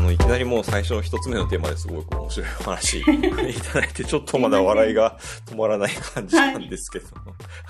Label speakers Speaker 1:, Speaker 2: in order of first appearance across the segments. Speaker 1: のいきなりもう最初の一つ目のテーマですごく面白いお話 いただいて、ちょっとまだ笑いが 止まらない感じなんですけど、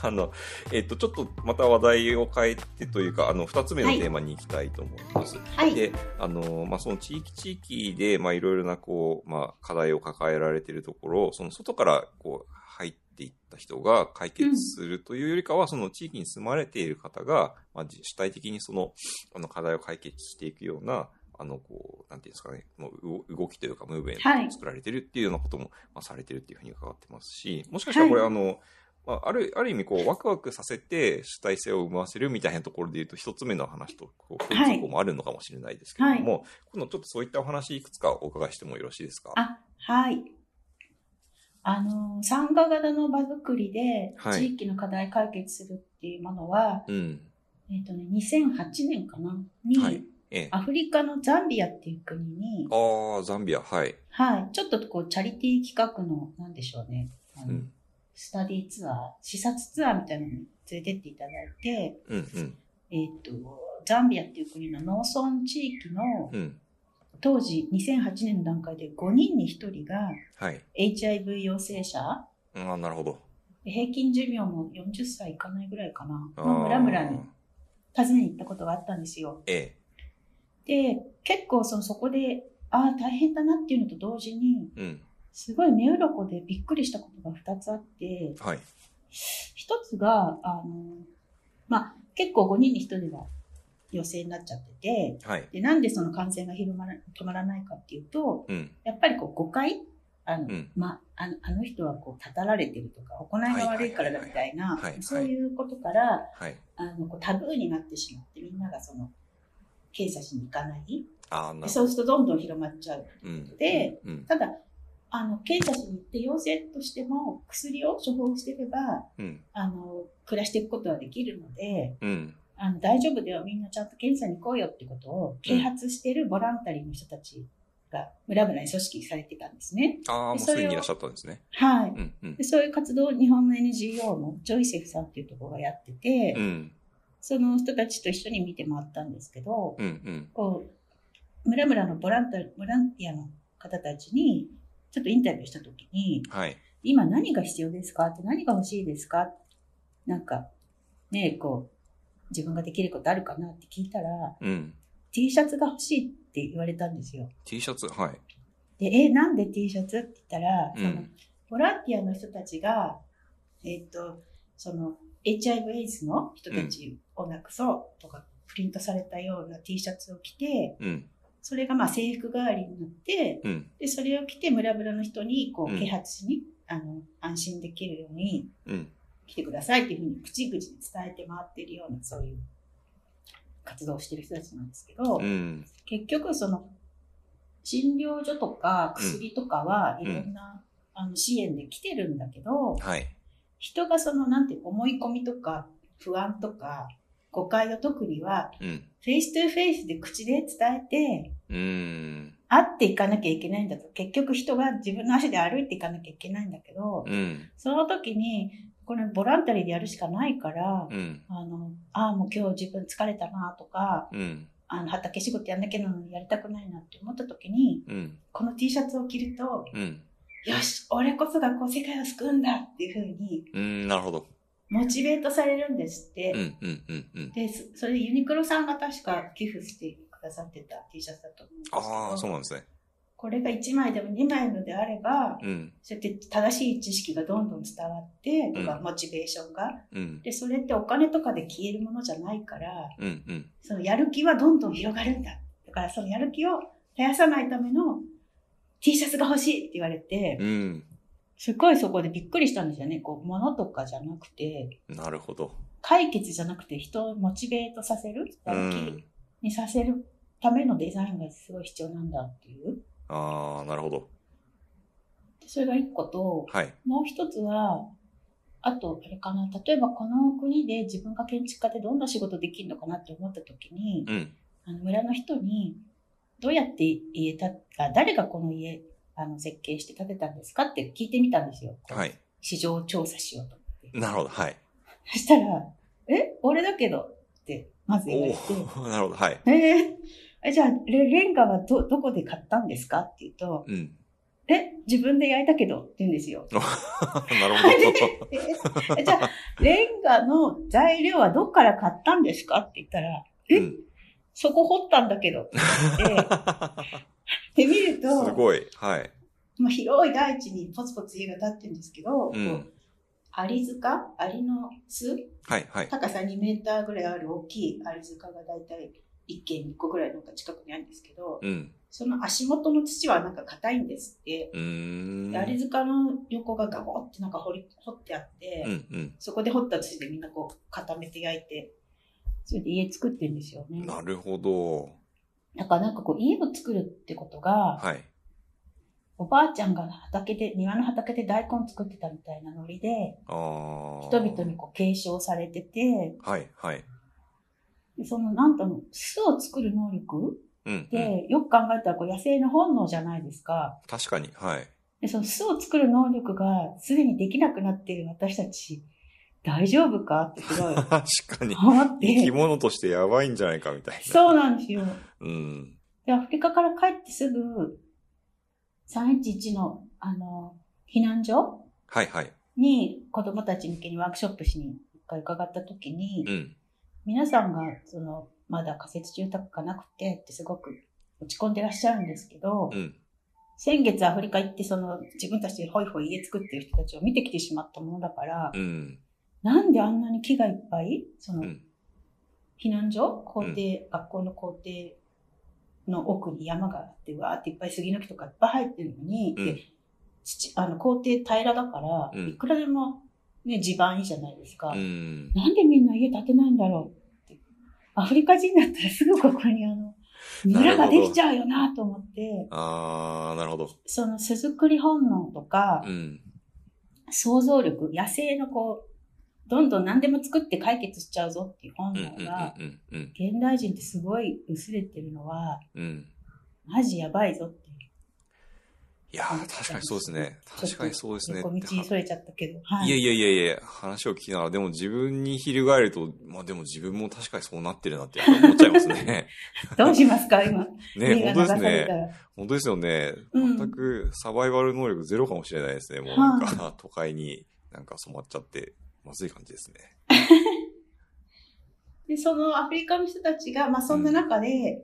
Speaker 1: あの、えっ、と、ちょっとまた話題を変えてというか、あの、二つ目のテーマに行きたいと思います。
Speaker 2: はい
Speaker 1: で、あの、まあ、その地域地域で、まあ、いろいろなこう、まあ、課題を抱えられているところ、その外からこう、入っていった人が解決するというよりかは、その地域に住まれている方が、まあ、主体的にその、あの、課題を解決していくような、あの、こう、なんていうんですかね、もうう動きというか、ムーブメン
Speaker 2: は
Speaker 1: ト
Speaker 2: い
Speaker 1: を作られてるっていうようなことも、まあ、されてるっていうふうに伺ってますし、もしかしたらこれ、
Speaker 2: は
Speaker 1: あの、まあ、ある、ある意味、こう、ワクワクさせて主体性を生ませるみたいなところで言うと、一つ目の話と、こう、
Speaker 2: はい
Speaker 1: 共通項もあるのかもしれないですけれども、今度ちょっとそういったお話いくつかお伺いしてもよろしいですか
Speaker 2: あ、はい。あの、参加型の場作りで
Speaker 1: はい
Speaker 2: 地域の課題解決するっていうものは、
Speaker 1: うん。
Speaker 2: えっ、とね、2008年かなに、
Speaker 1: はいええ。
Speaker 2: アフリカのザンビアっていう国に、
Speaker 1: ああ、ザンビア、はい。
Speaker 2: はい、ちょっとこう、チャリティー企画の、なんでしょうね、あの
Speaker 1: うん。
Speaker 2: スタディツアー、視察ツアーみたいなのに連れてっていただいて、
Speaker 1: うん、うん、
Speaker 2: えっ、と、ザンビアっていう国の農村地域の、
Speaker 1: うん。
Speaker 2: 当時2008年の段階で5人に1人が
Speaker 1: はい。
Speaker 2: HIV 陽性者、
Speaker 1: ああ、なるほど。
Speaker 2: 平均寿命も40歳いかないぐらいかな、
Speaker 1: あ
Speaker 2: の村
Speaker 1: ー
Speaker 2: 々に訪ねに行ったことがあったんですよ。
Speaker 1: ええ。
Speaker 2: で、結構そのそこで、ああ、大変だなっていうのと同時に、
Speaker 1: うん。
Speaker 2: すごい目鱗でびっくりしたことが2つあって、
Speaker 1: はい。
Speaker 2: 1つが、あの、まあ、結構5人に1人が陽性になっちゃってて、
Speaker 1: はい。
Speaker 2: で、なんでその感染が広まら止まらないかっていうと、
Speaker 1: うん。
Speaker 2: やっぱりこう誤解あの、
Speaker 1: うん
Speaker 2: まあ、あのあの人はこう、たたられてるとか、行いが悪いからだみたい
Speaker 1: は
Speaker 2: ない
Speaker 1: はいはいはいはいはい、
Speaker 2: そういうことから、
Speaker 1: はい。
Speaker 2: あのこうタブーになってしまってみんながその検査しに行かない
Speaker 1: ああ、なるほ
Speaker 2: そうするとどんどん広まっちゃう
Speaker 1: ど。うん。
Speaker 2: で
Speaker 1: うん、
Speaker 2: ただあの検査しに行って陽性としても薬を処方していれば
Speaker 1: うん。
Speaker 2: あの暮らしていくことはできるので
Speaker 1: うん。うん。
Speaker 2: あの大丈夫だよみんなちゃんと検査に行こうよってことを啓発しているボランタリーの人たちが村々に組織されてたんですね。
Speaker 1: ああ、もうすでにいらっしゃったんですね。
Speaker 2: はい
Speaker 1: うん、うん
Speaker 2: で。そういう活動を日本の NGO のジョイセフさんっていうところがやってて、
Speaker 1: うん。
Speaker 2: その人たちと一緒に見て回ったんですけど、
Speaker 1: うん、うん。
Speaker 2: こう、村々のボランタボランティアの方たちに、ちょっとインタビューしたときに、
Speaker 1: はい。
Speaker 2: 今何が必要ですかって何が欲しいですかなんか、ねえ、こう、自分ができることあるかなって聞いたら、
Speaker 1: うん。
Speaker 2: T シャツが欲しいって言われたんですよ。
Speaker 1: T シャツ、はい。
Speaker 2: で、え、なんで T シャツって言ったら、
Speaker 1: う
Speaker 2: その
Speaker 1: ん。
Speaker 2: ボランティアの人たちが、えっと、その、HIV エイズの人たちをなくそうとか、プリントされたような T シャツを着て、
Speaker 1: うん。
Speaker 2: それがまあ制服代わりになって、
Speaker 1: うん。
Speaker 2: で、それを着て村々の人にこ
Speaker 1: うん
Speaker 2: う啓発しに、あの、安心できるように
Speaker 1: うん。
Speaker 2: 来てくださいっていうふうに、口々に伝えて回ってるような、そういう活動をしてる人たちなんですけど、
Speaker 1: うん。
Speaker 2: 結局その、診療所とか薬とかはいろんな、あの支援で来てるんだけど、
Speaker 1: はい。
Speaker 2: 人がその、なんていう思い込みとか不安とか誤解を解くには、
Speaker 1: うん。
Speaker 2: フェイストゥフェイスで口で伝えて、
Speaker 1: うーん。
Speaker 2: 会っていかなきゃいけないんだと。結局人が自分の足で歩いていかなきゃいけないんだけど、
Speaker 1: うん。
Speaker 2: その時に、これボランタリーでやるしかないから、
Speaker 1: うん。
Speaker 2: あの、ああ、もう今日自分疲れたなとか、
Speaker 1: うん。
Speaker 2: あの、畑仕事やんなきゃなのにやりたくないなって思った時に、
Speaker 1: うん。
Speaker 2: この T シャツを着ると、
Speaker 1: うん。
Speaker 2: よし、俺こそがこう世界を救うんだっていう風に、
Speaker 1: うん。なるほど。
Speaker 2: モチベートされるんですって。
Speaker 1: うん。うん。うん。うん。
Speaker 2: で、そそれユニクロさんが確か寄付してくださってた T シャツだと思うんですけど、
Speaker 1: ああ、そうなんですね。
Speaker 2: これが1枚でも2枚のであれば、
Speaker 1: うん。
Speaker 2: そうやって正しい知識がどんどん伝わってとか、
Speaker 1: うん
Speaker 2: モチベーションが
Speaker 1: うん。
Speaker 2: でそれってお金とかで消えるものじゃないから
Speaker 1: うん。うん。
Speaker 2: そのやる気はどんどん広がるんだだからそのやる気を絶やさないための T シャツが欲しいって言われて、
Speaker 1: うん。
Speaker 2: すごいそこでびっくりしたんですよねこう物とかじゃなくて
Speaker 1: なるほど。
Speaker 2: 解決じゃなくて人をモチベートさせる
Speaker 1: う
Speaker 2: やる
Speaker 1: ん
Speaker 2: 気。にさせるためのデザインがすごい必要なんだっていう
Speaker 1: ああ、なるほど。
Speaker 2: でそれが一個と
Speaker 1: はい。
Speaker 2: もう一つは、あと、あれかな、例えばこの国で自分が建築家でどんな仕事できるのかなって思った時に、
Speaker 1: うん。
Speaker 2: あの村の人に、どうやって家た、あ誰がこの家、あの、設計して建てたんですかって聞いてみたんですよ。
Speaker 1: はい。
Speaker 2: 市場調査しようと思って。
Speaker 1: なるほど。はい。
Speaker 2: そしたら、え俺だけどって、まず言わ
Speaker 1: お
Speaker 2: れ
Speaker 1: お
Speaker 2: て、
Speaker 1: ー、なるほど。はい。
Speaker 2: えーえじゃあレ、レンガはど、どこで買ったんですかって言うと、
Speaker 1: うん。
Speaker 2: え、自分で焼いたけどって言うんです よ。
Speaker 1: なるほ
Speaker 2: えじゃあ、レンガの材料はどっから買ったんですかって言ったら、
Speaker 1: ど。
Speaker 2: え
Speaker 1: うん。
Speaker 2: そこ掘ったんだ けどって言って、で見ると、
Speaker 1: すごい。はい。
Speaker 2: まあ、広い大地にポツポツ家が建ってるんですけど、
Speaker 1: うん
Speaker 2: こうアリ塚アリの巣
Speaker 1: はい、はい。
Speaker 2: 高さ2メーターぐらいある大きいアリ塚がだいたい1軒2個ぐらいの近くにあるんですけど、
Speaker 1: うん。
Speaker 2: その足元の土はなんか硬いんですって、
Speaker 1: うーん。
Speaker 2: アリ塚の横がガボってなんか掘り掘ってあって、
Speaker 1: うん、うん。
Speaker 2: そこで掘った土でみんなこう固めて焼いて、それで家作ってるんですよね。
Speaker 1: なるほど。
Speaker 2: だからなんかこう家を作るってことが、
Speaker 1: はい。
Speaker 2: おばあちゃんが畑で、庭の畑で大根作ってたみたいなノリで、
Speaker 1: ああ。
Speaker 2: 人々に。こう継承されてて、
Speaker 1: はい、はい。
Speaker 2: でそのなんとも巣を作る能力
Speaker 1: うん、
Speaker 2: っ
Speaker 1: うん。
Speaker 2: て、よく考えたらこう野生の本能じゃないですか。
Speaker 1: 確かに。はい。
Speaker 2: でその巣を作る能力がすでにできなくなっている私たち、大丈夫かってすごい
Speaker 1: 確かに。
Speaker 2: 思っ
Speaker 1: 生き
Speaker 2: て。
Speaker 1: 物としてやばいんじゃないかみたいな。
Speaker 2: そうなんですよ。
Speaker 1: うん。
Speaker 2: で、アフリカから帰ってすぐ、311の、あの、避難所
Speaker 1: はいはい。
Speaker 2: に子供たち向けにワークショップしに一回伺った時に、
Speaker 1: うん。
Speaker 2: 皆さんが、その、まだ仮設住宅がなくてってすごく落ち込んでらっしゃるんですけど、
Speaker 1: うん。
Speaker 2: 先月アフリカ行ってその自分たちでホイホイ家作ってる人たちを見てきてしまったものだから、
Speaker 1: うん。
Speaker 2: なんであんなに木がいっぱいその、
Speaker 1: うん
Speaker 2: 避難所校庭、学校の校庭の奥に山があって、わーっていっぱい杉の木とかいっぱい入ってるのに、
Speaker 1: うん
Speaker 2: で土あの校庭平らだから、
Speaker 1: うん
Speaker 2: いくらでも、ね、地盤いいじゃないですか。
Speaker 1: うん。
Speaker 2: なんでみんな家建てないんだろうって。アフリカ人だったらすぐここにあの、村ができちゃうよなと思って、
Speaker 1: あー、なるほど。
Speaker 2: その巣作り本能とか、
Speaker 1: うん。
Speaker 2: 想像力、野生のこう、どんどん何でも作って解決しちゃうぞっていう本
Speaker 1: うん。う
Speaker 2: 能
Speaker 1: ん
Speaker 2: が、。
Speaker 1: うん。うん。
Speaker 2: 現代人ってすごい薄れてるのは、
Speaker 1: うん。
Speaker 2: マジやばいぞっていう。
Speaker 1: いやー、確かにそうですね。確かにそうですね。
Speaker 2: ちょっと横道にそれちゃったけど。はい
Speaker 1: やいやいやいや、話を聞きながら、でも自分に翻ると、まあでも自分も確かにそうなってるなってやっぱ思っちゃい ますね。
Speaker 2: どうしますか今。
Speaker 1: ね
Speaker 2: 目
Speaker 1: 本
Speaker 2: が流
Speaker 1: 当
Speaker 2: さ
Speaker 1: です
Speaker 2: れた
Speaker 1: ね。
Speaker 2: ら。
Speaker 1: 本当ですよね。
Speaker 2: うん
Speaker 1: 全くサバイバル能力ゼロかもしれないですね。もうなんか、都会になんか染まっちゃって、まずい感じですね。
Speaker 2: で、そのアフリカの人たちが、まあそんな中で、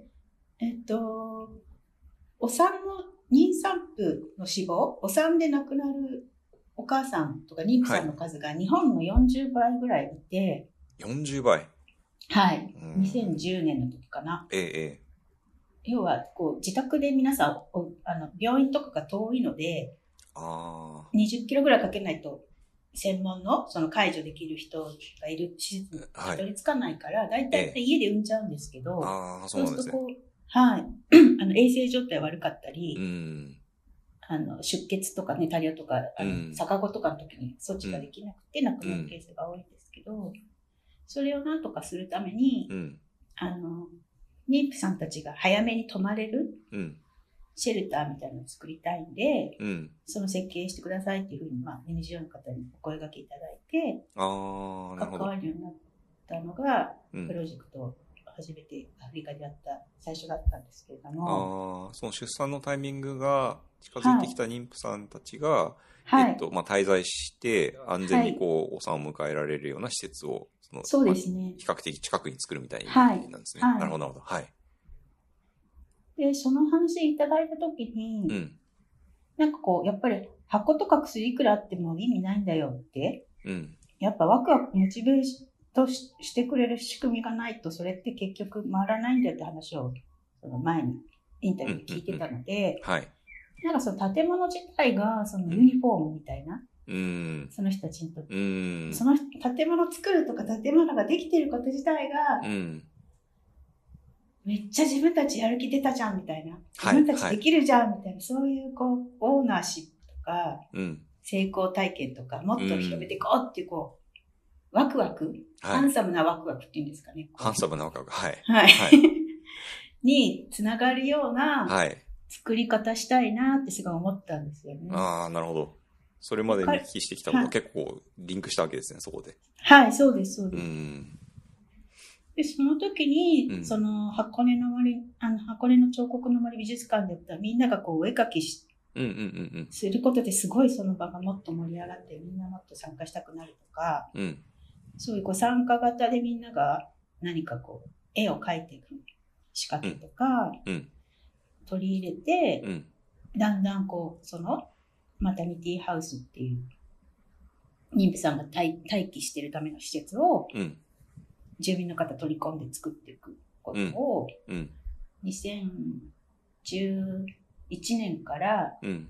Speaker 2: えっと、お産の、妊産婦の死亡、お産で亡くなるお母さんとか妊婦さんの数が日本の40倍ぐらいいて、
Speaker 1: 40倍。
Speaker 2: はい。
Speaker 1: うん
Speaker 2: 2010年の時かな。
Speaker 1: ええ、ええ。
Speaker 2: 要は、こう、自宅で皆さんお、あの、病院とかが遠いので、
Speaker 1: あ
Speaker 2: 20キロぐらいかけないと、専門の、その解除できる人がいる施設に
Speaker 1: あ、は
Speaker 2: たど
Speaker 1: い。
Speaker 2: り着かないから、大体
Speaker 1: え
Speaker 2: 家で産んじゃうんですけど、
Speaker 1: ああ、そ
Speaker 2: そうう
Speaker 1: な
Speaker 2: す
Speaker 1: んで
Speaker 2: ると
Speaker 1: すね。
Speaker 2: こう、はい。 あの、衛生状態悪かったり、
Speaker 1: うん。
Speaker 2: あの、出血とかね、タリアとか、あの、
Speaker 1: うん
Speaker 2: 逆子とかの時に措置ができなくて亡くなるケースが多いんですけど、それをなんとかするために、
Speaker 1: うん。
Speaker 2: あの、妊婦さんたちが早めに泊まれる
Speaker 1: うん。
Speaker 2: シェルターみたいなのを作りたいんで、
Speaker 1: うん。
Speaker 2: その設計してくださいっていうふうに、まあ、NGO の方にお声掛けいただいて、
Speaker 1: ああ、なる
Speaker 2: 関
Speaker 1: ほど。
Speaker 2: わるようになったのが、
Speaker 1: う
Speaker 2: プ
Speaker 1: ん、
Speaker 2: ロジェクトを初めてアフリカでやった最初だったんですけれども、
Speaker 1: ああ、その出産のタイミングが近づいてきた妊婦さんたちが、
Speaker 2: は
Speaker 1: えっ
Speaker 2: い。
Speaker 1: と、まあ、滞在して、安全にこう、お産を迎えられるような施設を、その、
Speaker 2: そうで
Speaker 1: まあ
Speaker 2: すね。
Speaker 1: 比較的近くに作るみたいな
Speaker 2: はい
Speaker 1: イメージなんですね。
Speaker 2: はい
Speaker 1: なるほど、なるほど。はい。
Speaker 2: で、その話いただいたときに、
Speaker 1: うん。
Speaker 2: なんかこう、やっぱり箱とか薬いくらあっても意味ないんだよって、
Speaker 1: うん。
Speaker 2: やっぱワクワクモチベーションとししてくれる仕組みがないと、それって結局回らないんだよって話を、その前にインタビューで聞いてたので、
Speaker 1: はい。
Speaker 2: なんかその建物自体が、そのユニフォームみたいな、
Speaker 1: うん。
Speaker 2: その人たちにとって。
Speaker 1: うん。
Speaker 2: その建物作るとか建物ができてること自体が、
Speaker 1: うん。
Speaker 2: めっちゃ自分たちやる気出たじゃんみたいな、
Speaker 1: はい
Speaker 2: 自分たちできるじゃんみたいな、そういうこう、オーナーシップとか、
Speaker 1: うん。
Speaker 2: 成功体験とか、もっと広めていこうっていう、こう、ワクワク、ハ
Speaker 1: はい。
Speaker 2: ンサムなワクワクっていうんですかね。
Speaker 1: ハンサムな若く。はい。
Speaker 2: はい。
Speaker 1: は
Speaker 2: につながるような
Speaker 1: はい。
Speaker 2: 作り方したいなってすごい思ったんですよね。
Speaker 1: ああ、なるほど。それまでに聞きしてきたことが
Speaker 2: はい
Speaker 1: 結構リンクしたわけですね、そこで。
Speaker 2: はい、そうです、そう
Speaker 1: う
Speaker 2: です。
Speaker 1: ん。
Speaker 2: で、その時に、
Speaker 1: うん
Speaker 2: その箱根の森、あの箱根の彫刻の森美術館でやったらみんながこうお絵描きし
Speaker 1: うんうんうん
Speaker 2: することですごいその場がもっと盛り上がってみんなもっと参加したくなるとか、
Speaker 1: うん。うん。
Speaker 2: そういうこう参加型でみんなが何かこう絵を描いていく仕掛けとか、
Speaker 1: うんうん
Speaker 2: 取り入れて、
Speaker 1: うん。
Speaker 2: だんだんこう、その、マタニティハウスっていう、妊婦さんが待待機してるための施設を
Speaker 1: うん。
Speaker 2: 住民の方取り込んで作っていくことを、
Speaker 1: うん。
Speaker 2: 2011年から
Speaker 1: うん。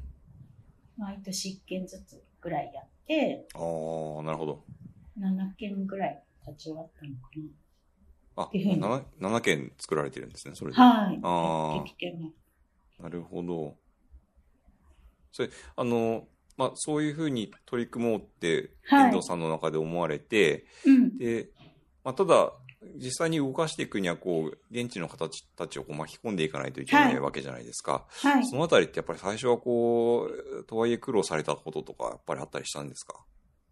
Speaker 2: 毎年1件ずつぐらいやって、
Speaker 1: ああ、なるほど。
Speaker 2: 7件ぐらい立ち終わったのか
Speaker 1: あ、
Speaker 2: いうふうに
Speaker 1: 7, 7件作られてるんですね、それで。
Speaker 2: な。はい。
Speaker 1: あー
Speaker 2: やってきてます
Speaker 1: なるほど。それ、あの、まあ、そういうふうに取り組もうって、
Speaker 2: はい
Speaker 1: 遠藤さんの中で思われて、
Speaker 2: うん。
Speaker 1: で、まあ、ただ、実際に動かしていくには、こう、現地の方たちをこう巻き込んでいかないといけな
Speaker 2: はいい
Speaker 1: わけじゃないですか。
Speaker 2: はい。
Speaker 1: そのあたりってやっぱり最初はこう、とはいえ苦労されたこととか、やっぱりあったりしたんですか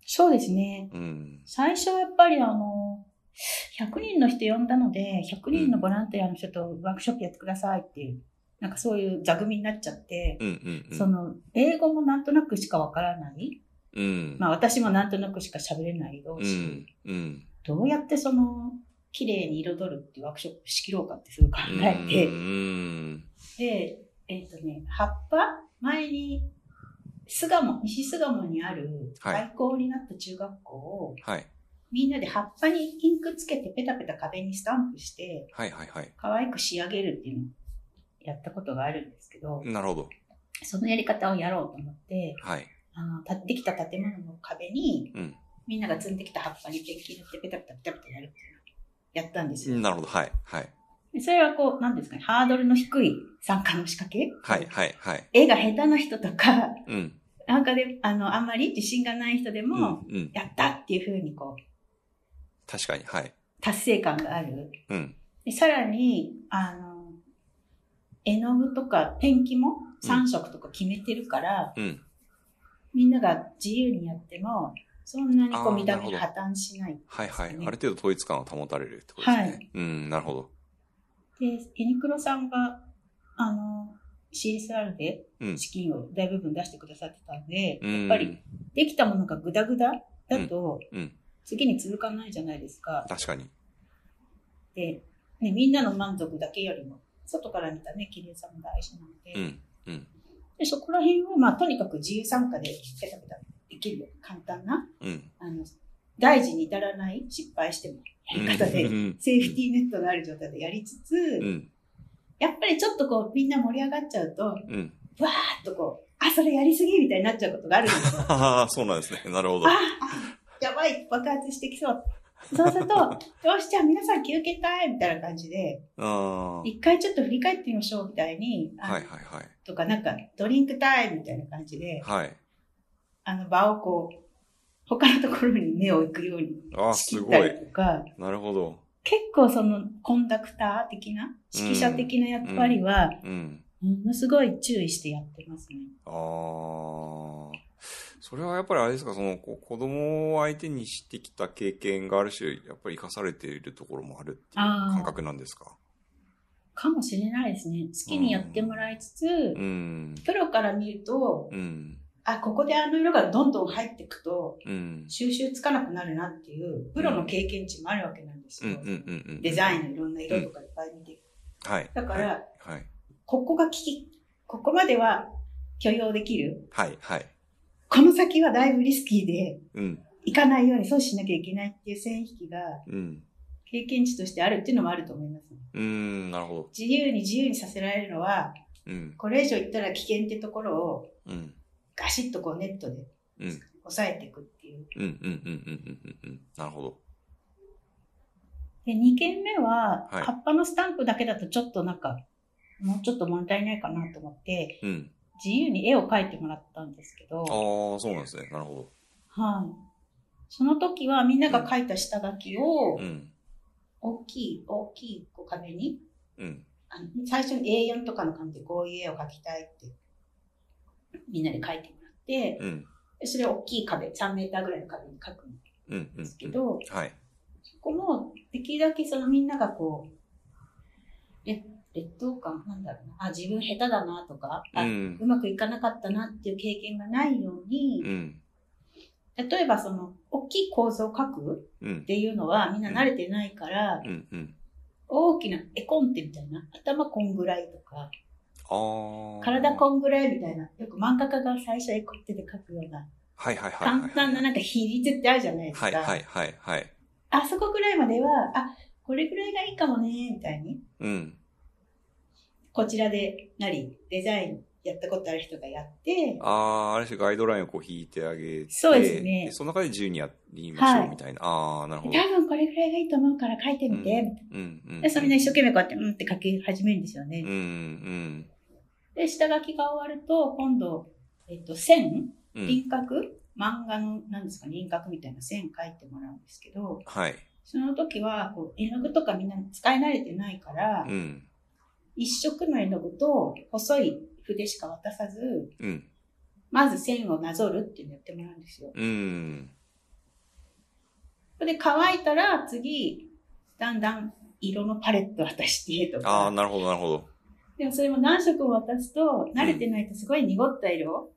Speaker 2: そうですね。
Speaker 1: うん。
Speaker 2: 最初はやっぱりあの、100人の人呼んだので、100人のボランティアの人とワークショップやってくださいっていう、なんかそういう座組になっちゃって、
Speaker 1: うんうんうん。
Speaker 2: その、英語もなんとなくしかわからない。
Speaker 1: うん。
Speaker 2: まあ私もなんとなくしか喋れない同
Speaker 1: う
Speaker 2: 士、
Speaker 1: ん。うん。
Speaker 2: どうやってその、綺麗に彩るっていうワークショップ仕切ろうかってすごい考えて、
Speaker 1: うん。
Speaker 2: で、えっ、とね、葉っぱ前に、巣鴨、西巣鴨にある
Speaker 1: はい
Speaker 2: 廃校になった中学校を、
Speaker 1: はい。
Speaker 2: みんなで葉っぱにインクつけてペタペタ壁にスタンプして
Speaker 1: はいはいはい。
Speaker 2: 可愛く仕上げるっていうのをやったことがあるんですけど、
Speaker 1: なるほど。
Speaker 2: そのやり方をやろうと思って
Speaker 1: はい。
Speaker 2: あの立ってきた建物の壁に
Speaker 1: うん。
Speaker 2: みんなが積んできた葉っぱにペンキ塗ってペタペタペタペタやるっていうのをやったんですよ。
Speaker 1: なるほど。はい。はい。
Speaker 2: でそれはこう何ですかねハードルの低い参加の仕掛け、
Speaker 1: はいはいはい。
Speaker 2: 絵が下手な人とか
Speaker 1: うん。
Speaker 2: なんかであのあんまり自信がない人で
Speaker 1: うん
Speaker 2: も、
Speaker 1: うん。
Speaker 2: やったっていうふうにこう
Speaker 1: 確かに。はい。
Speaker 2: 達成感がある
Speaker 1: うん。
Speaker 2: でさらに、あの、絵の具とかペンキも
Speaker 1: うん
Speaker 2: 3色とか決めてるから、
Speaker 1: うん。
Speaker 2: みんなが自由にやっても、そんなにこ
Speaker 1: あー
Speaker 2: う見た目
Speaker 1: な
Speaker 2: に
Speaker 1: る
Speaker 2: 破綻しない。
Speaker 1: はいはい。あ
Speaker 2: で
Speaker 1: る
Speaker 2: すね
Speaker 1: 程度統一感を保たれるってことですね。
Speaker 2: はい
Speaker 1: うん。なるほど。
Speaker 2: で、ユニクロさんが、あの、CSR で
Speaker 1: うん。
Speaker 2: 資金を大部分出してくださってたんで、
Speaker 1: うん
Speaker 2: やっぱり。できたものがグダグダだと、
Speaker 1: うんうん
Speaker 2: 次に続かないじゃないですか。
Speaker 1: 確かに。
Speaker 2: で、ね、みんなの満足だけよりも、外から見たね、綺麗さも大事なので、
Speaker 1: うん。うん。
Speaker 2: でそこら辺を、まあ、とにかく自由参加でペタペタできる簡単な
Speaker 1: うん。
Speaker 2: あの大事に至らない失敗してもやり方で、
Speaker 1: うん
Speaker 2: セーフティーネットがある状態でやりつつ、
Speaker 1: うん。
Speaker 2: やっぱりちょっとこうみんな盛り上がっちゃうとわ
Speaker 1: うん。
Speaker 2: ーっとこうあそれやりすぎみたいになっちゃうことがあるんです よ
Speaker 1: ああ、そうなんですね。なるほど
Speaker 2: あ。あやばい爆発してきそうそうする とよしじゃあ皆さん休憩タイムみたいな感じで
Speaker 1: あ
Speaker 2: 一回ちょっと振り返ってみましょうみたいに、
Speaker 1: あ。
Speaker 2: あの
Speaker 1: はいはいはい。
Speaker 2: とかなんかドリンクタイムみたいな感じで
Speaker 1: はい。
Speaker 2: あの場をこう、他のところに目を行くように
Speaker 1: ああ、す
Speaker 2: 仕切っ
Speaker 1: ご
Speaker 2: た
Speaker 1: い。
Speaker 2: りとか、
Speaker 1: なるほど。
Speaker 2: 結構そのコンダクター的な、指揮者的な役割は、
Speaker 1: うん。
Speaker 2: ものすごい注意してやってますね。
Speaker 1: ああ。それはやっぱりあれですか、その、こう子供を相手にしてきた経験がある種、やっぱり生かされているところもあるっていう感
Speaker 2: ああ、
Speaker 1: 覚なんですか
Speaker 2: かもしれないですね。好きにやってもらいつつ、
Speaker 1: うん。
Speaker 2: プロから見ると、
Speaker 1: うん。
Speaker 2: あ、ここであの色がどんどん入っていくと、
Speaker 1: うん。
Speaker 2: 収集つかなくなるなっていう、プロの経験値もあるわけなんです
Speaker 1: うんう
Speaker 2: よ。
Speaker 1: んうんうん。
Speaker 2: デザインのいろんな色とかいっぱい見ていく。
Speaker 1: はい。
Speaker 2: だから、
Speaker 1: はい。はい。
Speaker 2: ここが危機、ここまでは許容できる。
Speaker 1: はい。はい。
Speaker 2: この先はだいぶリスキーで
Speaker 1: うん。
Speaker 2: 行かないように阻止しなきゃいけないっていう線引きが
Speaker 1: うん。
Speaker 2: 経験値としてあるっていうのもあると思います。
Speaker 1: うーん。なるほど。
Speaker 2: 自由に自由にさせられるのは、
Speaker 1: うん。
Speaker 2: これ以上行ったら危険ってところを
Speaker 1: うん。
Speaker 2: ガシッとこうネットで
Speaker 1: うん。
Speaker 2: 抑えていくっていう。
Speaker 1: うん。うん。うん。うん。うん。うんうん。なるほど。
Speaker 2: で、2件目は、
Speaker 1: はい
Speaker 2: 葉っぱのスタンプだけだとちょっとなんか、もうちょっと物足りないかなと思って、
Speaker 1: うん。
Speaker 2: 自由に絵を描いてもらったんですけど、
Speaker 1: あ
Speaker 2: はい、
Speaker 1: あ、そうなんですね。なるほ
Speaker 2: その時はみんなが描いた下書きを
Speaker 1: ど。うん。
Speaker 2: 大きい、大きいこう壁に
Speaker 1: うん。
Speaker 2: あの最初に A4 とかの紙でこういう絵を描きたいってみんなで描いてもらって
Speaker 1: うん。
Speaker 2: でそれを大きい壁3メーターぐらいの壁に描くんで
Speaker 1: うん。うん。
Speaker 2: すけど
Speaker 1: はい。
Speaker 2: こも、できるだけそのみんながこう、ね、劣等感、なんだろうな、あ、自分下手だなとか、あ
Speaker 1: うん
Speaker 2: うまくいかなかったなっていう経験がないように、
Speaker 1: うん。
Speaker 2: 例えばその、大きい構造を書く
Speaker 1: うん
Speaker 2: っ。ていうのはみんな慣れてないから、
Speaker 1: うん。うん。
Speaker 2: 大きな絵コンテみたいな、頭こんぐらいとか、
Speaker 1: ああ。
Speaker 2: 体こんぐらいみたいな、よく漫画家が最初絵コンテで書くような、
Speaker 1: はいはいはいはい。
Speaker 2: 簡単ななんか比率ってあるじゃないですか。
Speaker 1: はいはいはいはい。
Speaker 2: あそこぐらいまでは、あ、これぐらいがいいかもね、みたいに。
Speaker 1: うん。
Speaker 2: こちらでなり、デザインやったことある人がやって、
Speaker 1: ああ、ある種ガイドラインをこう引いてあげて。
Speaker 2: そうですね
Speaker 1: その中で自由にやりましょ
Speaker 2: は
Speaker 1: う
Speaker 2: い
Speaker 1: みたいな。ああ、なる
Speaker 2: 多
Speaker 1: ほど。
Speaker 2: 分これぐらいがいいと思うから書いて
Speaker 1: う
Speaker 2: みて、みたい
Speaker 1: うんうん。
Speaker 2: なで、それで一生懸命こうやって、うんって書き始めるんですよね。
Speaker 1: うんうん。
Speaker 2: で、下書きが終わると、今度、えっと、線
Speaker 1: うん。
Speaker 2: 輪郭漫画の、なんですかね、輪郭みたいな線書いてもらうんですけど、
Speaker 1: はい。
Speaker 2: その時は、こう、絵の具とかみんな使い慣れてないから、
Speaker 1: うん。
Speaker 2: 一色の絵の具と細い筆しか渡さず、
Speaker 1: うん。
Speaker 2: まず線をなぞるっていうのやってもらうんですよ。
Speaker 1: うん。
Speaker 2: それで乾いたら次、だんだん色のパレット渡してと
Speaker 1: ああ、
Speaker 2: か。
Speaker 1: なるほど、なるほど。
Speaker 2: でもそれも何色も渡すと、慣れてないとすごい濁った色、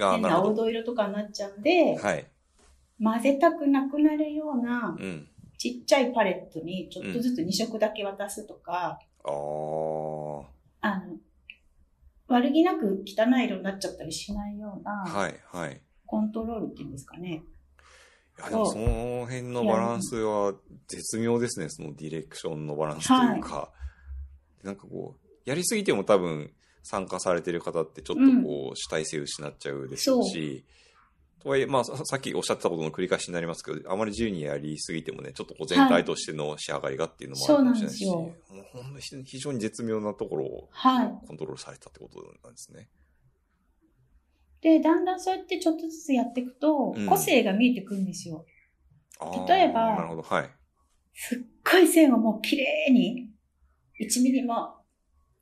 Speaker 1: ああ、
Speaker 2: 変
Speaker 1: なる
Speaker 2: な
Speaker 1: ほ
Speaker 2: 黄
Speaker 1: ど。
Speaker 2: 土色とかになっちゃうんで、
Speaker 1: はい。
Speaker 2: 混ぜたくなくなるような
Speaker 1: うん。
Speaker 2: ちっちゃいパレットにちょっとずつ2色だけ渡すとか、
Speaker 1: ああ。
Speaker 2: あの、悪気なく汚い色になっちゃったりしないような
Speaker 1: はい、はい。
Speaker 2: コントロールっていうんですかね。
Speaker 1: いや、でもその辺のバランスは絶妙ですね。そのディレクションのバランスというか。なんかこう、やりすぎても多分参加されてる方ってちょっとこう主体性失っちゃうでしょうし、とはいえ、まあささっきおっしゃってたことの繰り返しになりますけど、あまり自由にやりすぎてもね、ちょっとこう全体としての仕上がりがっていうのもあるかもしれないし、
Speaker 2: そうなん
Speaker 1: もうほんの非非常に絶妙なところを
Speaker 2: はい。
Speaker 1: コントロールされたってことなんですね。
Speaker 2: で、だんだんそうやってちょっとずつやっていくと
Speaker 1: うん、
Speaker 2: 個性が見えてくるんですよ。
Speaker 1: あー
Speaker 2: 例えば
Speaker 1: なるほど、はい。
Speaker 2: すっごい線をもう綺麗に、1ミリも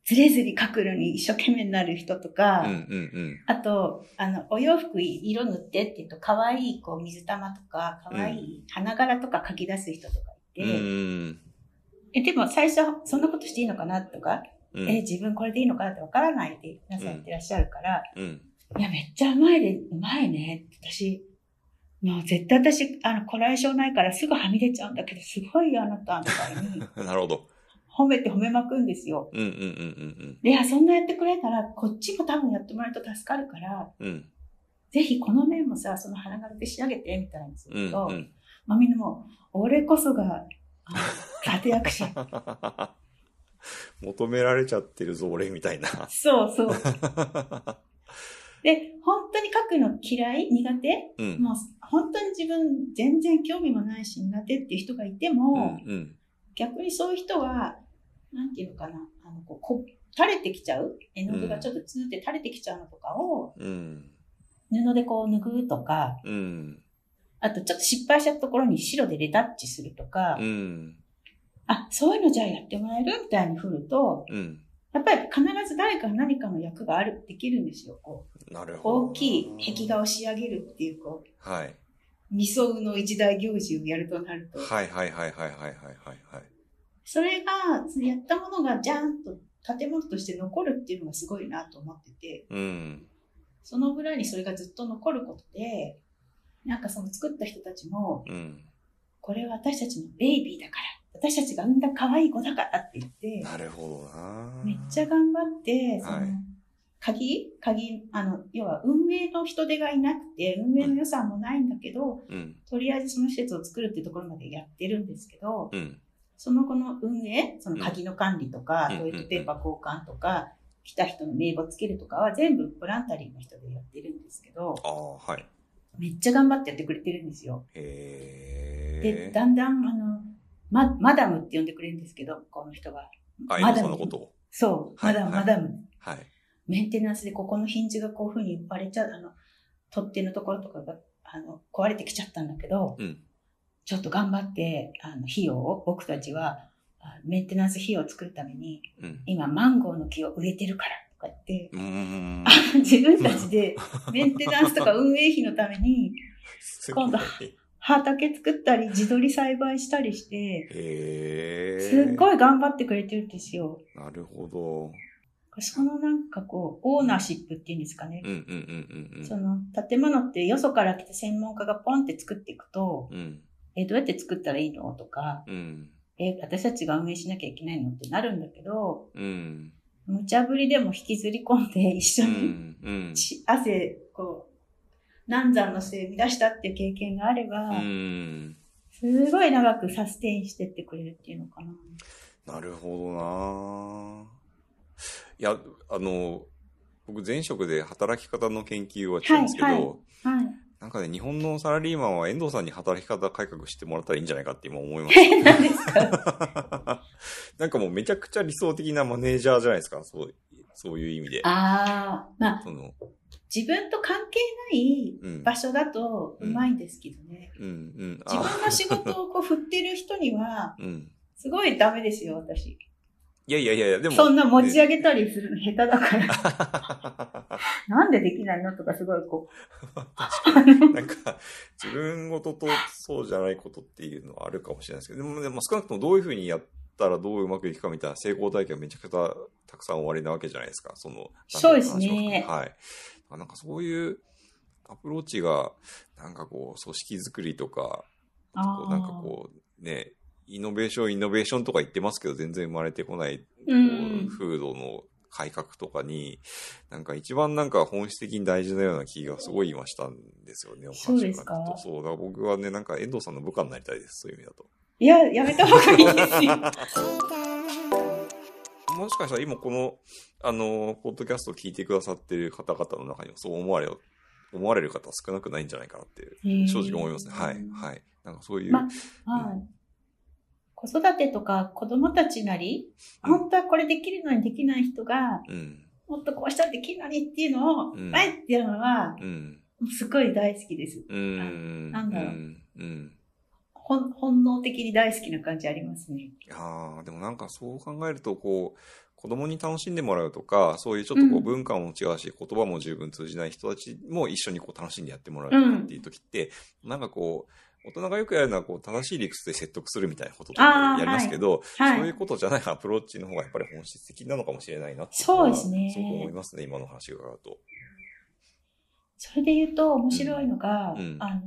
Speaker 2: ずれずれ描くのに一生懸命になる人とか、
Speaker 1: うんうん
Speaker 2: あと、あの、お洋服色塗ってって言うと、可愛いこう水玉とか、可愛い花柄とか描き出す人とかい
Speaker 1: うん。
Speaker 2: て、
Speaker 1: うん
Speaker 2: え、でも最初はそんなことしていいのかなとか、
Speaker 1: うん。
Speaker 2: え、自分これでいいのかなってわからないで皆さんやってらっしゃるから、
Speaker 1: うん。
Speaker 2: いや、めっちゃうまいで、うまいねって私、もう絶対私、あの、こらえ性ないからすぐはみ出ちゃうんだけど、すごいよ、あなた、みた いに。
Speaker 1: なるほど。
Speaker 2: 褒めて褒めまくんですよ。
Speaker 1: うんうんうんうん
Speaker 2: で、あそんなやってくれたら、こっちも多分やってもらうと助かるから、
Speaker 1: うん。うん。
Speaker 2: ぜひこの面もさ、その花柄で仕上げて、みたいにす
Speaker 1: うん
Speaker 2: ると、
Speaker 1: うん。
Speaker 2: まあみんなもう、俺こそが、あの立役者。
Speaker 1: 求められちゃってるぞ、俺、みたいな。
Speaker 2: そうそう。で、本当に書くの嫌い苦手
Speaker 1: うん。
Speaker 2: もう、本当に自分全然興味もないし苦手っていう人がいて
Speaker 1: うん
Speaker 2: も、
Speaker 1: うん。
Speaker 2: 逆にそういう人は、なんていうのかな、あの、こう、こ垂れてきちゃう絵の具がちょっとつーって垂れてきちゃうのとかを、
Speaker 1: うん。
Speaker 2: 布でこう拭うとか、
Speaker 1: うん。
Speaker 2: あとちょっと失敗したところに白でレタッチするとか、
Speaker 1: うん。
Speaker 2: あ、そういうのじゃあやってもらえるみたいに振ると、
Speaker 1: うん。
Speaker 2: やっぱり必ず誰か何かの役がある、できるんですよ。こう
Speaker 1: なるほど。
Speaker 2: 大きい壁画を仕上げるっていう、こ
Speaker 1: はい。
Speaker 2: う、未曾有の一大行事をやるとなると、
Speaker 1: はいはいはいはいはいはいはい。
Speaker 2: それが、そのやったものがじゃーんと建物として残るっていうのがすごいなと思ってて、
Speaker 1: うん。
Speaker 2: そのぐらいにそれがずっと残ることで、なんかその作った人たちも、
Speaker 1: うん。
Speaker 2: これは私たちのベイビーだから、私たちが産んだ可愛い子だからって言って、
Speaker 1: なるほどな
Speaker 2: めっちゃ頑張って、その、
Speaker 1: はい
Speaker 2: 鍵鍵、あの、要は運営の人手がいなくて、運営の予算もないんだけど、
Speaker 1: うん。
Speaker 2: とりあえずその施設を作るっていうところまでやってるんですけど、
Speaker 1: うん。
Speaker 2: その後の運営、その鍵の管理とか、
Speaker 1: うん
Speaker 2: トイレットペーパー交換とか、来た人の名簿つけるとかは全部ボランタリーの人でやってるんですけど、
Speaker 1: ああ、はい。
Speaker 2: めっちゃ頑張ってやってくれてるんですよ。で、
Speaker 1: へえ。
Speaker 2: だんだん、あの、ま、マダムって呼んでくれるんですけど、この人は。
Speaker 1: あ、
Speaker 2: マ
Speaker 1: 今
Speaker 2: ダ
Speaker 1: そ
Speaker 2: ム
Speaker 1: のことを。
Speaker 2: そう、
Speaker 1: はい
Speaker 2: マダ
Speaker 1: は
Speaker 2: ム、
Speaker 1: い
Speaker 2: マダム。
Speaker 1: はい。
Speaker 2: メンテナンスでここのヒンジがこういうふうに割れちゃう、あの、取っ手のところとかが、あの、壊れてきちゃったんだけど、
Speaker 1: うん。
Speaker 2: ちょっと頑張って、あの、費用を、僕たちは、あメンテナンス費用を作るために、
Speaker 1: うん。
Speaker 2: 今、マンゴーの木を植えてるから、とか言 って、
Speaker 1: うーん。
Speaker 2: 自分たちでメンテナンスとか運営費のために、
Speaker 1: すごい
Speaker 2: 今度畑作ったり、自撮り栽培したりして、
Speaker 1: へえ。
Speaker 2: すっごい頑張ってくれてるんですよ。
Speaker 1: なるほど。
Speaker 2: そのなんかこう、オーナーシップっていうんですかね
Speaker 1: う。んうんうんうんうん。
Speaker 2: その建物ってよそから来た専門家がポンって作っていくと、
Speaker 1: うん。
Speaker 2: え、どうやって作ったらいいのとか、
Speaker 1: うん。
Speaker 2: え、私たちが運営しなきゃいけないのってなるんだけど、
Speaker 1: うん。
Speaker 2: 無茶ぶりでも引きずり込んで一
Speaker 1: う
Speaker 2: 緒に
Speaker 1: ん。うん。
Speaker 2: 血汗、こう、難産の末乱したっていう経験があれば、
Speaker 1: うん。
Speaker 2: すごい長くサステインしてってくれるっていうのかな。
Speaker 1: なるほどなぁいや、あの、僕前職で働き方の研究をやってるんですけど、
Speaker 2: はいははい。
Speaker 1: なんかね、日本のサラリーマンは遠藤さんに働き方改革してもらったらいいんじゃないかって今思いまし
Speaker 2: え、何ですか
Speaker 1: た。なんかもうめちゃくちゃ理想的なマネージャーじゃないですか、そうそういう意味で。
Speaker 2: ああ、まあ、
Speaker 1: その
Speaker 2: 自分と関係ない
Speaker 1: うん、
Speaker 2: 場所だとうまいんですけどね。
Speaker 1: うん、うん、
Speaker 2: 自
Speaker 1: あ
Speaker 2: 分の仕事をこう振ってる人には、
Speaker 1: うん。
Speaker 2: すごいダメですよ、私。
Speaker 1: いやいやいやいや、でも。
Speaker 2: そんな持ち上
Speaker 1: げ。
Speaker 2: げたりするの下手だから、 なんでできないのとかすごいこ
Speaker 1: なんか、自分事とそうじゃないことっていうのはあるかもしれないですけど、でも、でも少なくともどういうふうにやったらどううまくいくかみたいな成功体験はめちゃくちゃたくさん終わりなわけじゃないですか、その。
Speaker 2: そうですね
Speaker 1: はい。あなんかそういうアプローチが、なんかこう、組織づくりとか、
Speaker 2: あー
Speaker 1: こうなんかこう、ね、イノベーション、イノベーションとか言ってますけど、全然生まれてこない、こう
Speaker 2: うん
Speaker 1: 風土の改革とかに、なんか一番なんか本質的に大事なような気がすごい今したんですよね、お話
Speaker 2: そうですか
Speaker 1: 伺ってるとそう、だから僕はね、なんか遠藤さんの部下になりたいです、そういう意味だと。
Speaker 2: う、いや、やめた方がいいですよ。
Speaker 1: もしかしたら今この、あの、ポッドキャストを聞いてくださってる方々の中にもそう思われよ、思われる方少なくないんじゃないかなって、 正直思いますね。はい、はい。なんかそういう。
Speaker 2: まはい。子育てとか子供たちなり、
Speaker 1: うん
Speaker 2: 本当はこれできるのにできない人が、
Speaker 1: うん、
Speaker 2: もっとこうしたらできるのにっていうのを、
Speaker 1: うん
Speaker 2: はいっていうのは、
Speaker 1: うん。
Speaker 2: すごい大好きです。
Speaker 1: うん。
Speaker 2: なんだろ
Speaker 1: う
Speaker 2: う
Speaker 1: ん。うん。
Speaker 2: 本本能的に大好きな感じありますね。
Speaker 1: ああ、でもなんかそう考えると、こう、子供に楽しんでもらうとか、そういうちょっとこ
Speaker 2: う
Speaker 1: うん文化も違うし、言葉も十分通じない人たちも一緒にこう楽しんでやってもらうとかっていう時って、なんかこう、大人がよくやるのはこう正しい理屈で説得するみたいなことと
Speaker 2: あ
Speaker 1: か
Speaker 2: ー
Speaker 1: やりますけど、
Speaker 2: はい。
Speaker 1: そういうことじゃないア プローチの方がやっぱり本質的なのかもしれないなってい
Speaker 2: そうですね
Speaker 1: すごく思いますね、今の話を伺うと。
Speaker 2: それで言うと面白いのが、
Speaker 1: うん
Speaker 2: あの、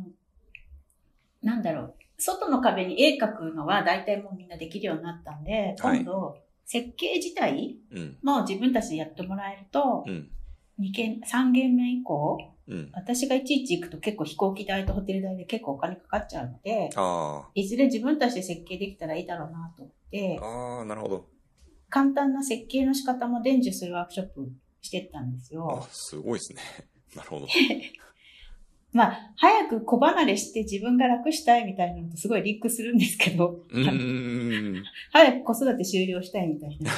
Speaker 2: なんだろう。外の壁に絵描くのは大体もうみんなできるようになったんで、
Speaker 1: はい
Speaker 2: 今度、設計自体
Speaker 1: うん、
Speaker 2: も自分たちでやってもらえると
Speaker 1: う、ん、
Speaker 2: 二件、3件目以降、
Speaker 1: うん。
Speaker 2: 私がいちいち行くと結構飛行機代とホテル代で結構お金かかっちゃうので、
Speaker 1: あ
Speaker 2: いずれ自分たちで設計できたらいいだろうなと思って
Speaker 1: あ、、ああ、なるほど。
Speaker 2: 簡単な設計の仕方も伝授するワークショップしてったんです
Speaker 1: あ、
Speaker 2: よ。
Speaker 1: すごいですね。 なるほ ど。
Speaker 2: まあ、早く子離れして自分が楽したいみたいなのとすごいリンクするんですけど、
Speaker 1: うーん。
Speaker 2: 早く子育て終了したいみたいな。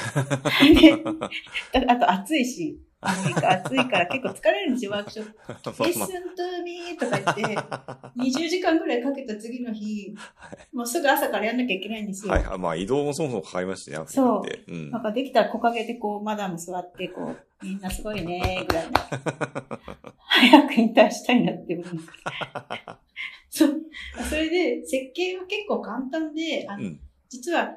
Speaker 2: であと暑いし、アメリカ暑いから結構疲れるんですよ、ワークショップ。Listen to me とか言 って、20時間ぐらいかけた次の日、もうすぐ朝からやんなきゃいけないんですよ。
Speaker 1: はいはい、まあ移動もそもそもかかりましたね、アフリカって。うん
Speaker 2: なんかできたら木陰でこう、マダム座って、こう、みんなすごいねーぐらいの。早く引退したいなって思う。 そう。それで、設計は結構簡単で、あ
Speaker 1: う
Speaker 2: の
Speaker 1: ん。
Speaker 2: 実は、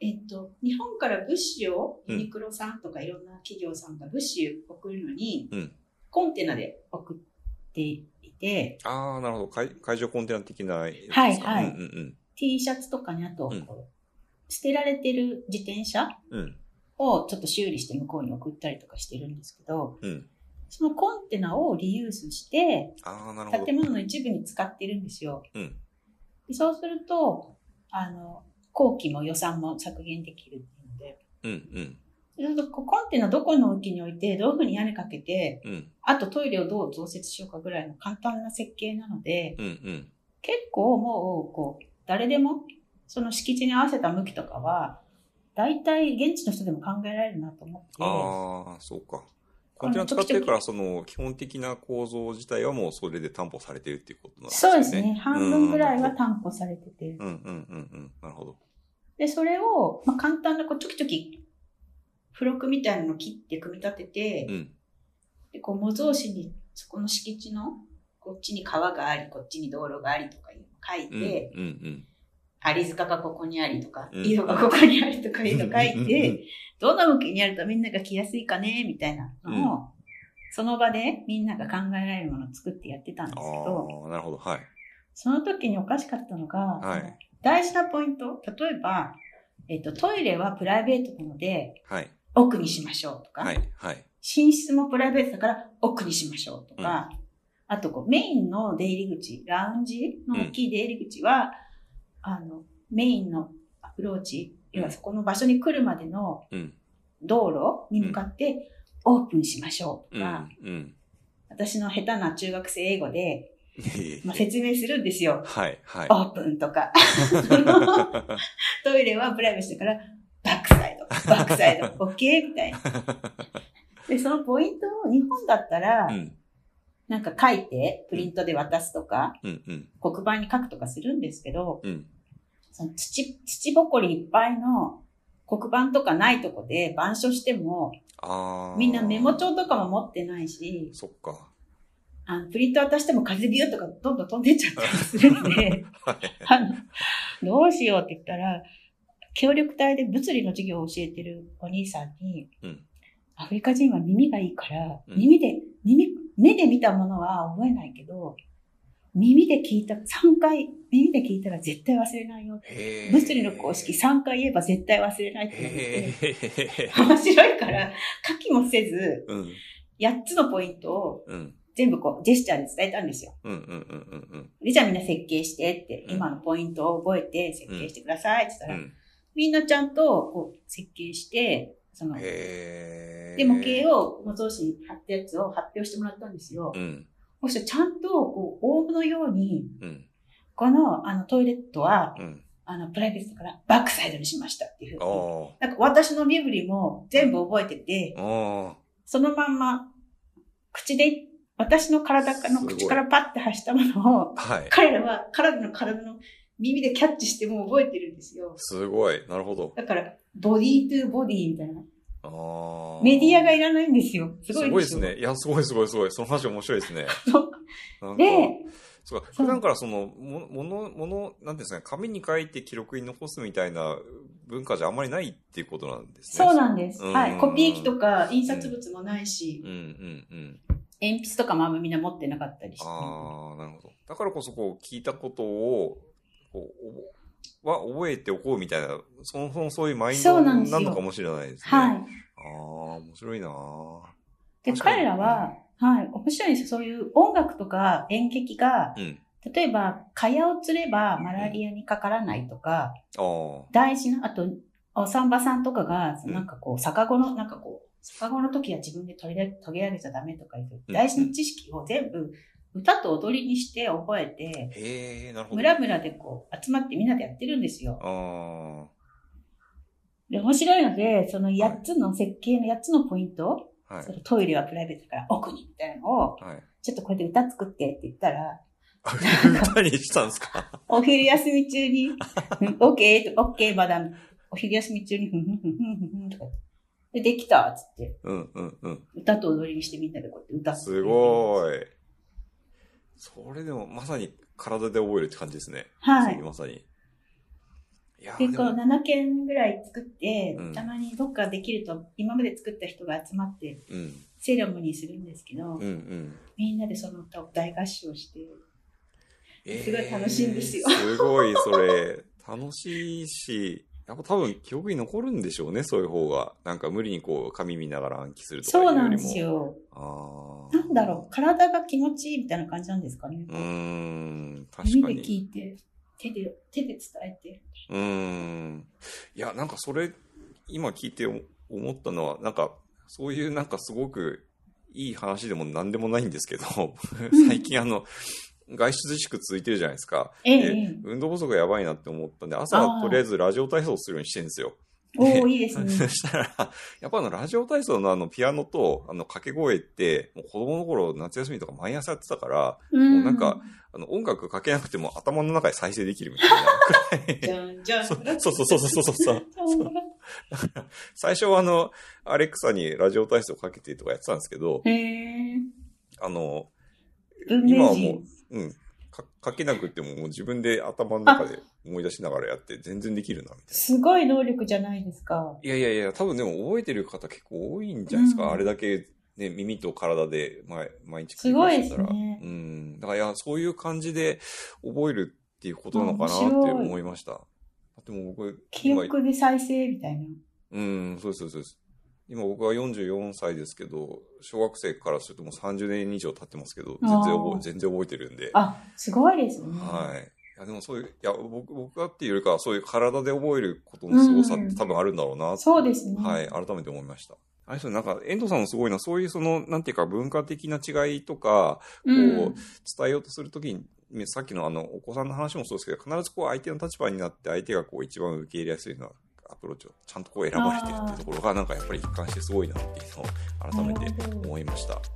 Speaker 2: えっと、日本から物資をユニクロさんとかいろんな企業さんが物資を送るのに、
Speaker 1: うん
Speaker 2: コンテナで送っていて、
Speaker 1: ああ、なるほど。海海上コンテナ的なやつですか。
Speaker 2: はいはい
Speaker 1: うん
Speaker 2: T シャツとかにあとこう、
Speaker 1: うん
Speaker 2: 捨てられてる自転車
Speaker 1: うんうん。
Speaker 2: をちょっと修理して向こうに送ったりとかしてるんですけど、
Speaker 1: うん。うん。
Speaker 2: そのコンテナをリユースして、
Speaker 1: ああ、なるほど
Speaker 2: 建。物の一部に使ってるんですよ。
Speaker 1: うん。
Speaker 2: でそうすると、あの、工期も予算も削減できるっていうので、
Speaker 1: うんうん。
Speaker 2: そうするとこうコンテナどこの置きに置いて、どういうふうに屋根かけて、
Speaker 1: うん。
Speaker 2: あとトイレをどう増設しようかぐらいの簡単な設計なので、
Speaker 1: うんうん。
Speaker 2: 結構もう、こう、誰でも、その敷地に合わせた向きとかは、大体現地の人でも考えられるなと思って、
Speaker 1: ああ、そうか。コンテナ使ってるから、その、基本的な構造自体はもうそれで担保されてるっていうことなんですね。
Speaker 2: そうですね。半分ぐらいは
Speaker 1: うん
Speaker 2: 担保されてて。
Speaker 1: うんうんうんうん。なるほど。
Speaker 2: で、それを、まあ、簡単な、こう、ちょきちょき、付録みたいなのを切って組み立てて
Speaker 1: う、ん。
Speaker 2: でこう、模造紙に、そこの敷地のこっちに川があり、こっちに道路がありとかいうのを書いて、
Speaker 1: うんうん
Speaker 2: アリ塚がここにありとか、
Speaker 1: うん
Speaker 2: 井戸がここにありとかいうの書
Speaker 1: うんう
Speaker 2: い
Speaker 1: んうん
Speaker 2: て、どの向きにやるとみんなが来やすいかね、みたいなのを、その場でみんなが考えられるものを作ってやってたんですけど、
Speaker 1: ああ、なるほど。はい。
Speaker 2: その時におかしかったのが、
Speaker 1: はい
Speaker 2: 大事なポイント、例えば、えっと、トイレはプライベートなので
Speaker 1: はい。
Speaker 2: 奥にしましょうとか、
Speaker 1: はい。はい。
Speaker 2: 寝室もプライベートだから奥にしましょうとか、あとこうメインの出入り口、ラウンジの大きい出入り口は、あの、メインのアプローチ、
Speaker 1: うん
Speaker 2: 要はそこの場所に来るまでの
Speaker 1: うん。
Speaker 2: 道路に向かってオープンしましょう
Speaker 1: う
Speaker 2: とか
Speaker 1: ん、。うん。
Speaker 2: 私の下手な中学生英語で、
Speaker 1: いえいえ
Speaker 2: まあ、説明するんですよ。
Speaker 1: はい。はい
Speaker 2: オ。ープンとか、トイレはプライベートだから、バックサイド、バックサイド、 オッケーみたいな。で、そのポイントを日本だったら、
Speaker 1: うん。
Speaker 2: なんか書いて、プリントで渡すとか、
Speaker 1: うん。うん。
Speaker 2: 黒板に書くとかするんですけど、
Speaker 1: うん。
Speaker 2: その土、土ぼこりいっぱいの黒板とかないとこで板書しても、
Speaker 1: ああ。
Speaker 2: みんなメモ帳とかも持ってないし、
Speaker 1: そっか。
Speaker 2: あのプリント渡しても風ビューとかどんどん飛んでっちゃったりする んで、
Speaker 1: はい。
Speaker 2: あの、どうしようって言ったら、協力隊で物理の授業を教えてるお兄さんに、
Speaker 1: うん
Speaker 2: アフリカ人は耳がいいから、
Speaker 1: うん
Speaker 2: 耳で、耳、目で見たものは覚えないけど、耳で聞いた、3回、耳で聞いたら絶対忘れないよ。
Speaker 1: へー
Speaker 2: 物理の公式3回言えば絶対忘れないって言われて、
Speaker 1: へえ。
Speaker 2: 面白いから、書きもせず、
Speaker 1: うん。
Speaker 2: 8つのポイントを
Speaker 1: うん。
Speaker 2: 全部こう、ジェスチャーで伝えたんですよ。
Speaker 1: うん。うん。うん。うん。
Speaker 2: で、じゃあみんな設計してって、
Speaker 1: うん
Speaker 2: 今のポイントを覚えて設計してくださいって言った
Speaker 1: う
Speaker 2: ら、
Speaker 1: ん。
Speaker 2: みんなちゃんとこう設計して、その、で、
Speaker 1: へえ。
Speaker 2: 模型を、模造紙に貼ったやつを発表してもらったんですよ
Speaker 1: う。ん。
Speaker 2: そしたらちゃんと、こう、オーブのように、
Speaker 1: うん。
Speaker 2: この、あの、トイレットは、
Speaker 1: うん。
Speaker 2: あの、プライベートだからバックサイドにしましたっていうふ
Speaker 1: あ
Speaker 2: うに。
Speaker 1: あ。
Speaker 2: なんか私の身振りも全部覚えてて、
Speaker 1: あ
Speaker 2: そのまんま、口で、私の体かの
Speaker 1: すごい
Speaker 2: 口からパッて発したものを、
Speaker 1: あ。はい。
Speaker 2: 彼らは彼らの体の耳でキャッチしてもう覚えてるんですよ。
Speaker 1: すごい。なるほど。
Speaker 2: だから、ボディートゥーボディーみたいな。
Speaker 1: ああ。
Speaker 2: メディアがいらないんですよ。
Speaker 1: す
Speaker 2: すごい
Speaker 1: ごいで
Speaker 2: で
Speaker 1: すす
Speaker 2: よ。
Speaker 1: ね。いや、すごいすごいすごい。その話面白いですね。なんか
Speaker 2: で、
Speaker 1: そうか
Speaker 2: そ
Speaker 1: 普
Speaker 2: う
Speaker 1: 段からその、ももの、もの、なんていうんですかね、紙に書いて記録に残すみたいな文化じゃあんまりないっていうことなんですね。
Speaker 2: そう
Speaker 1: の
Speaker 2: なんです。
Speaker 1: うん
Speaker 2: はい。コピー機とか印刷物もないし
Speaker 1: う、んうんうん。
Speaker 2: 鉛筆とかもあんまみんな持ってなかったりして。
Speaker 1: ああ、なるほど。だからこそ、こう、聞いたことを、こう、おぼは覚えておこうみたいな、そもそもそういうマイン
Speaker 2: そ
Speaker 1: ド
Speaker 2: うなんですよ
Speaker 1: なのかもしれないですね。
Speaker 2: は
Speaker 1: あ
Speaker 2: い。
Speaker 1: あ、面白いなぁ
Speaker 2: で、
Speaker 1: 確かに
Speaker 2: 彼らは、はい、面白いんですよ。そういう音楽とか演劇が、
Speaker 1: うん。
Speaker 2: 例えば、蚊帳を釣ればマラリアにかからないとか、
Speaker 1: あ
Speaker 2: 大事な、あと、お産婆さんとかが、
Speaker 1: うん
Speaker 2: なんかこう、逆子の、なんかこう、逆子の時は自分で取りだ取り上げちゃダメとかいう、
Speaker 1: うん
Speaker 2: 大事な知識を全部歌と踊りにして覚えて、
Speaker 1: あ。へえ、なるほど。
Speaker 2: 村々でこう、集まってみんなでやってるんですよ。
Speaker 1: あ
Speaker 2: で、面白いので、その
Speaker 1: い
Speaker 2: 8つの設計の8つのポイント、
Speaker 1: あ、はい
Speaker 2: そ。のトイレはプライベートだから奥にみたいなのを、
Speaker 1: はい。
Speaker 2: ちょっとこれで歌作ってって言ったら、
Speaker 1: あ歌にしたんですか
Speaker 2: お昼休み中に、うんオッケーと、オッケーマダム。お昼休み中に、ふんふんふんふんふんとか。で、できたっつって。
Speaker 1: うんうんうん。
Speaker 2: 歌と踊りにしてみんなでこうやって歌って
Speaker 1: すごい。それでもまさに体で覚えるって感じですね。
Speaker 2: は
Speaker 1: そ。
Speaker 2: いう
Speaker 1: まさに。いやー
Speaker 2: 結構
Speaker 1: でも
Speaker 2: 7件ぐらい作って、
Speaker 1: うん
Speaker 2: たまにどっかできると今まで作った人が集まって
Speaker 1: うん。
Speaker 2: セレモニーするんですけど、
Speaker 1: うんうん。
Speaker 2: みんなでその歌を大合唱して
Speaker 1: えー
Speaker 2: すごい楽しいんですよ
Speaker 1: すごい、それ。楽しいし、やっぱ多分記憶に残るんでしょうね、そういう方が。なんか無理にこう、紙見ながら暗記するとかい
Speaker 2: そうう
Speaker 1: より
Speaker 2: なん
Speaker 1: も。
Speaker 2: ですよ
Speaker 1: あー
Speaker 2: なんだろう体が気持ちいいみたいな感じなんですかね、
Speaker 1: う。うーん、確
Speaker 2: 耳
Speaker 1: か
Speaker 2: で
Speaker 1: に。
Speaker 2: 聞いて手で手で伝えて
Speaker 1: うーん。いや、なんかそれ、今聞いてお思ったのは、なんか、そういうなんかすごくいい話でも何でもないんですけど、最近あの、外出自粛続いてるじゃないですか。
Speaker 2: ええ
Speaker 1: で
Speaker 2: ええ
Speaker 1: 運動不足がやばいなって思ったんで、朝
Speaker 2: あ
Speaker 1: は
Speaker 2: ー
Speaker 1: とりあえずラジオ体操するようにしてるんですよ。
Speaker 2: おおいいです
Speaker 1: そ
Speaker 2: ね
Speaker 1: したら、やっぱあの、ラジオ体操のあの、ピアノと、あの、掛け声って、もう子供の頃夏休みとか毎朝やってたから、
Speaker 2: も
Speaker 1: うなんかあの、音楽かけなくても頭の中で再生できるみたいなくらい。
Speaker 2: じゃんじゃ ん
Speaker 1: そうそうそうそうそうそう。最初はあの、アレクサにラジオ体操かけてとかやってたんですけど、
Speaker 2: へえ
Speaker 1: あの、
Speaker 2: 文
Speaker 1: 今
Speaker 2: 明
Speaker 1: はも
Speaker 2: 人。
Speaker 1: う、うん。か書けなくても、もう自分で頭の中で思い出しながらやって、全然できるな、みたいな。
Speaker 2: すごい能力じゃないですか。
Speaker 1: いやいやいや、多分でも覚えてる方結構多いんじゃないですか。
Speaker 2: うん
Speaker 1: あれだけ、ね、耳と体で毎毎日
Speaker 2: すごいです
Speaker 1: 繰り返してたら
Speaker 2: ね
Speaker 1: うん。だから、いや、そういう感じで覚えるっていうことなのかなっ
Speaker 2: うん面
Speaker 1: て
Speaker 2: 白い
Speaker 1: 思いました。だってもう僕、
Speaker 2: 記
Speaker 1: 今、
Speaker 2: 憶で再生みたいな。
Speaker 1: うん、そうです、そうですそうです。今僕は44歳ですけど、小学生からするともう30年以上経ってますけど、全然
Speaker 2: あ
Speaker 1: 覚
Speaker 2: ー
Speaker 1: え、全然覚えてるんで。
Speaker 2: あ、すごいですね。
Speaker 1: はい。いや、でもそういう、いや、僕、僕がっていうよりかは、そういう体で覚えることの凄さっ
Speaker 2: う
Speaker 1: て
Speaker 2: ん
Speaker 1: 多分あるんだろうな、
Speaker 2: そうですね。
Speaker 1: はい、改めて思いました。あれですよねなんか、遠藤さんもすごいな、そういうその、なんていうか、文化的な違いとか、
Speaker 2: うん
Speaker 1: こ伝えようとするときに、ねさっきのあの、お子さんの話もそうですけど、必ずこう、相手の立場になって、相手がこう、一番受け入れやすいようなアプローチを、ちゃんとこう、選ばれてるっていうところが、なんかやっぱり一貫してすごいなっていうのを、改めて
Speaker 2: なるほど
Speaker 1: 思いました。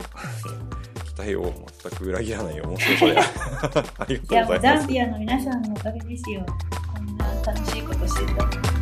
Speaker 1: 期待を全く裏切らない面白さで。 あり
Speaker 2: い
Speaker 1: が
Speaker 2: や、
Speaker 1: と
Speaker 2: も
Speaker 1: うございます
Speaker 2: う。ザンビアの皆さんのおかげですよ。こんな楽しいことしてた。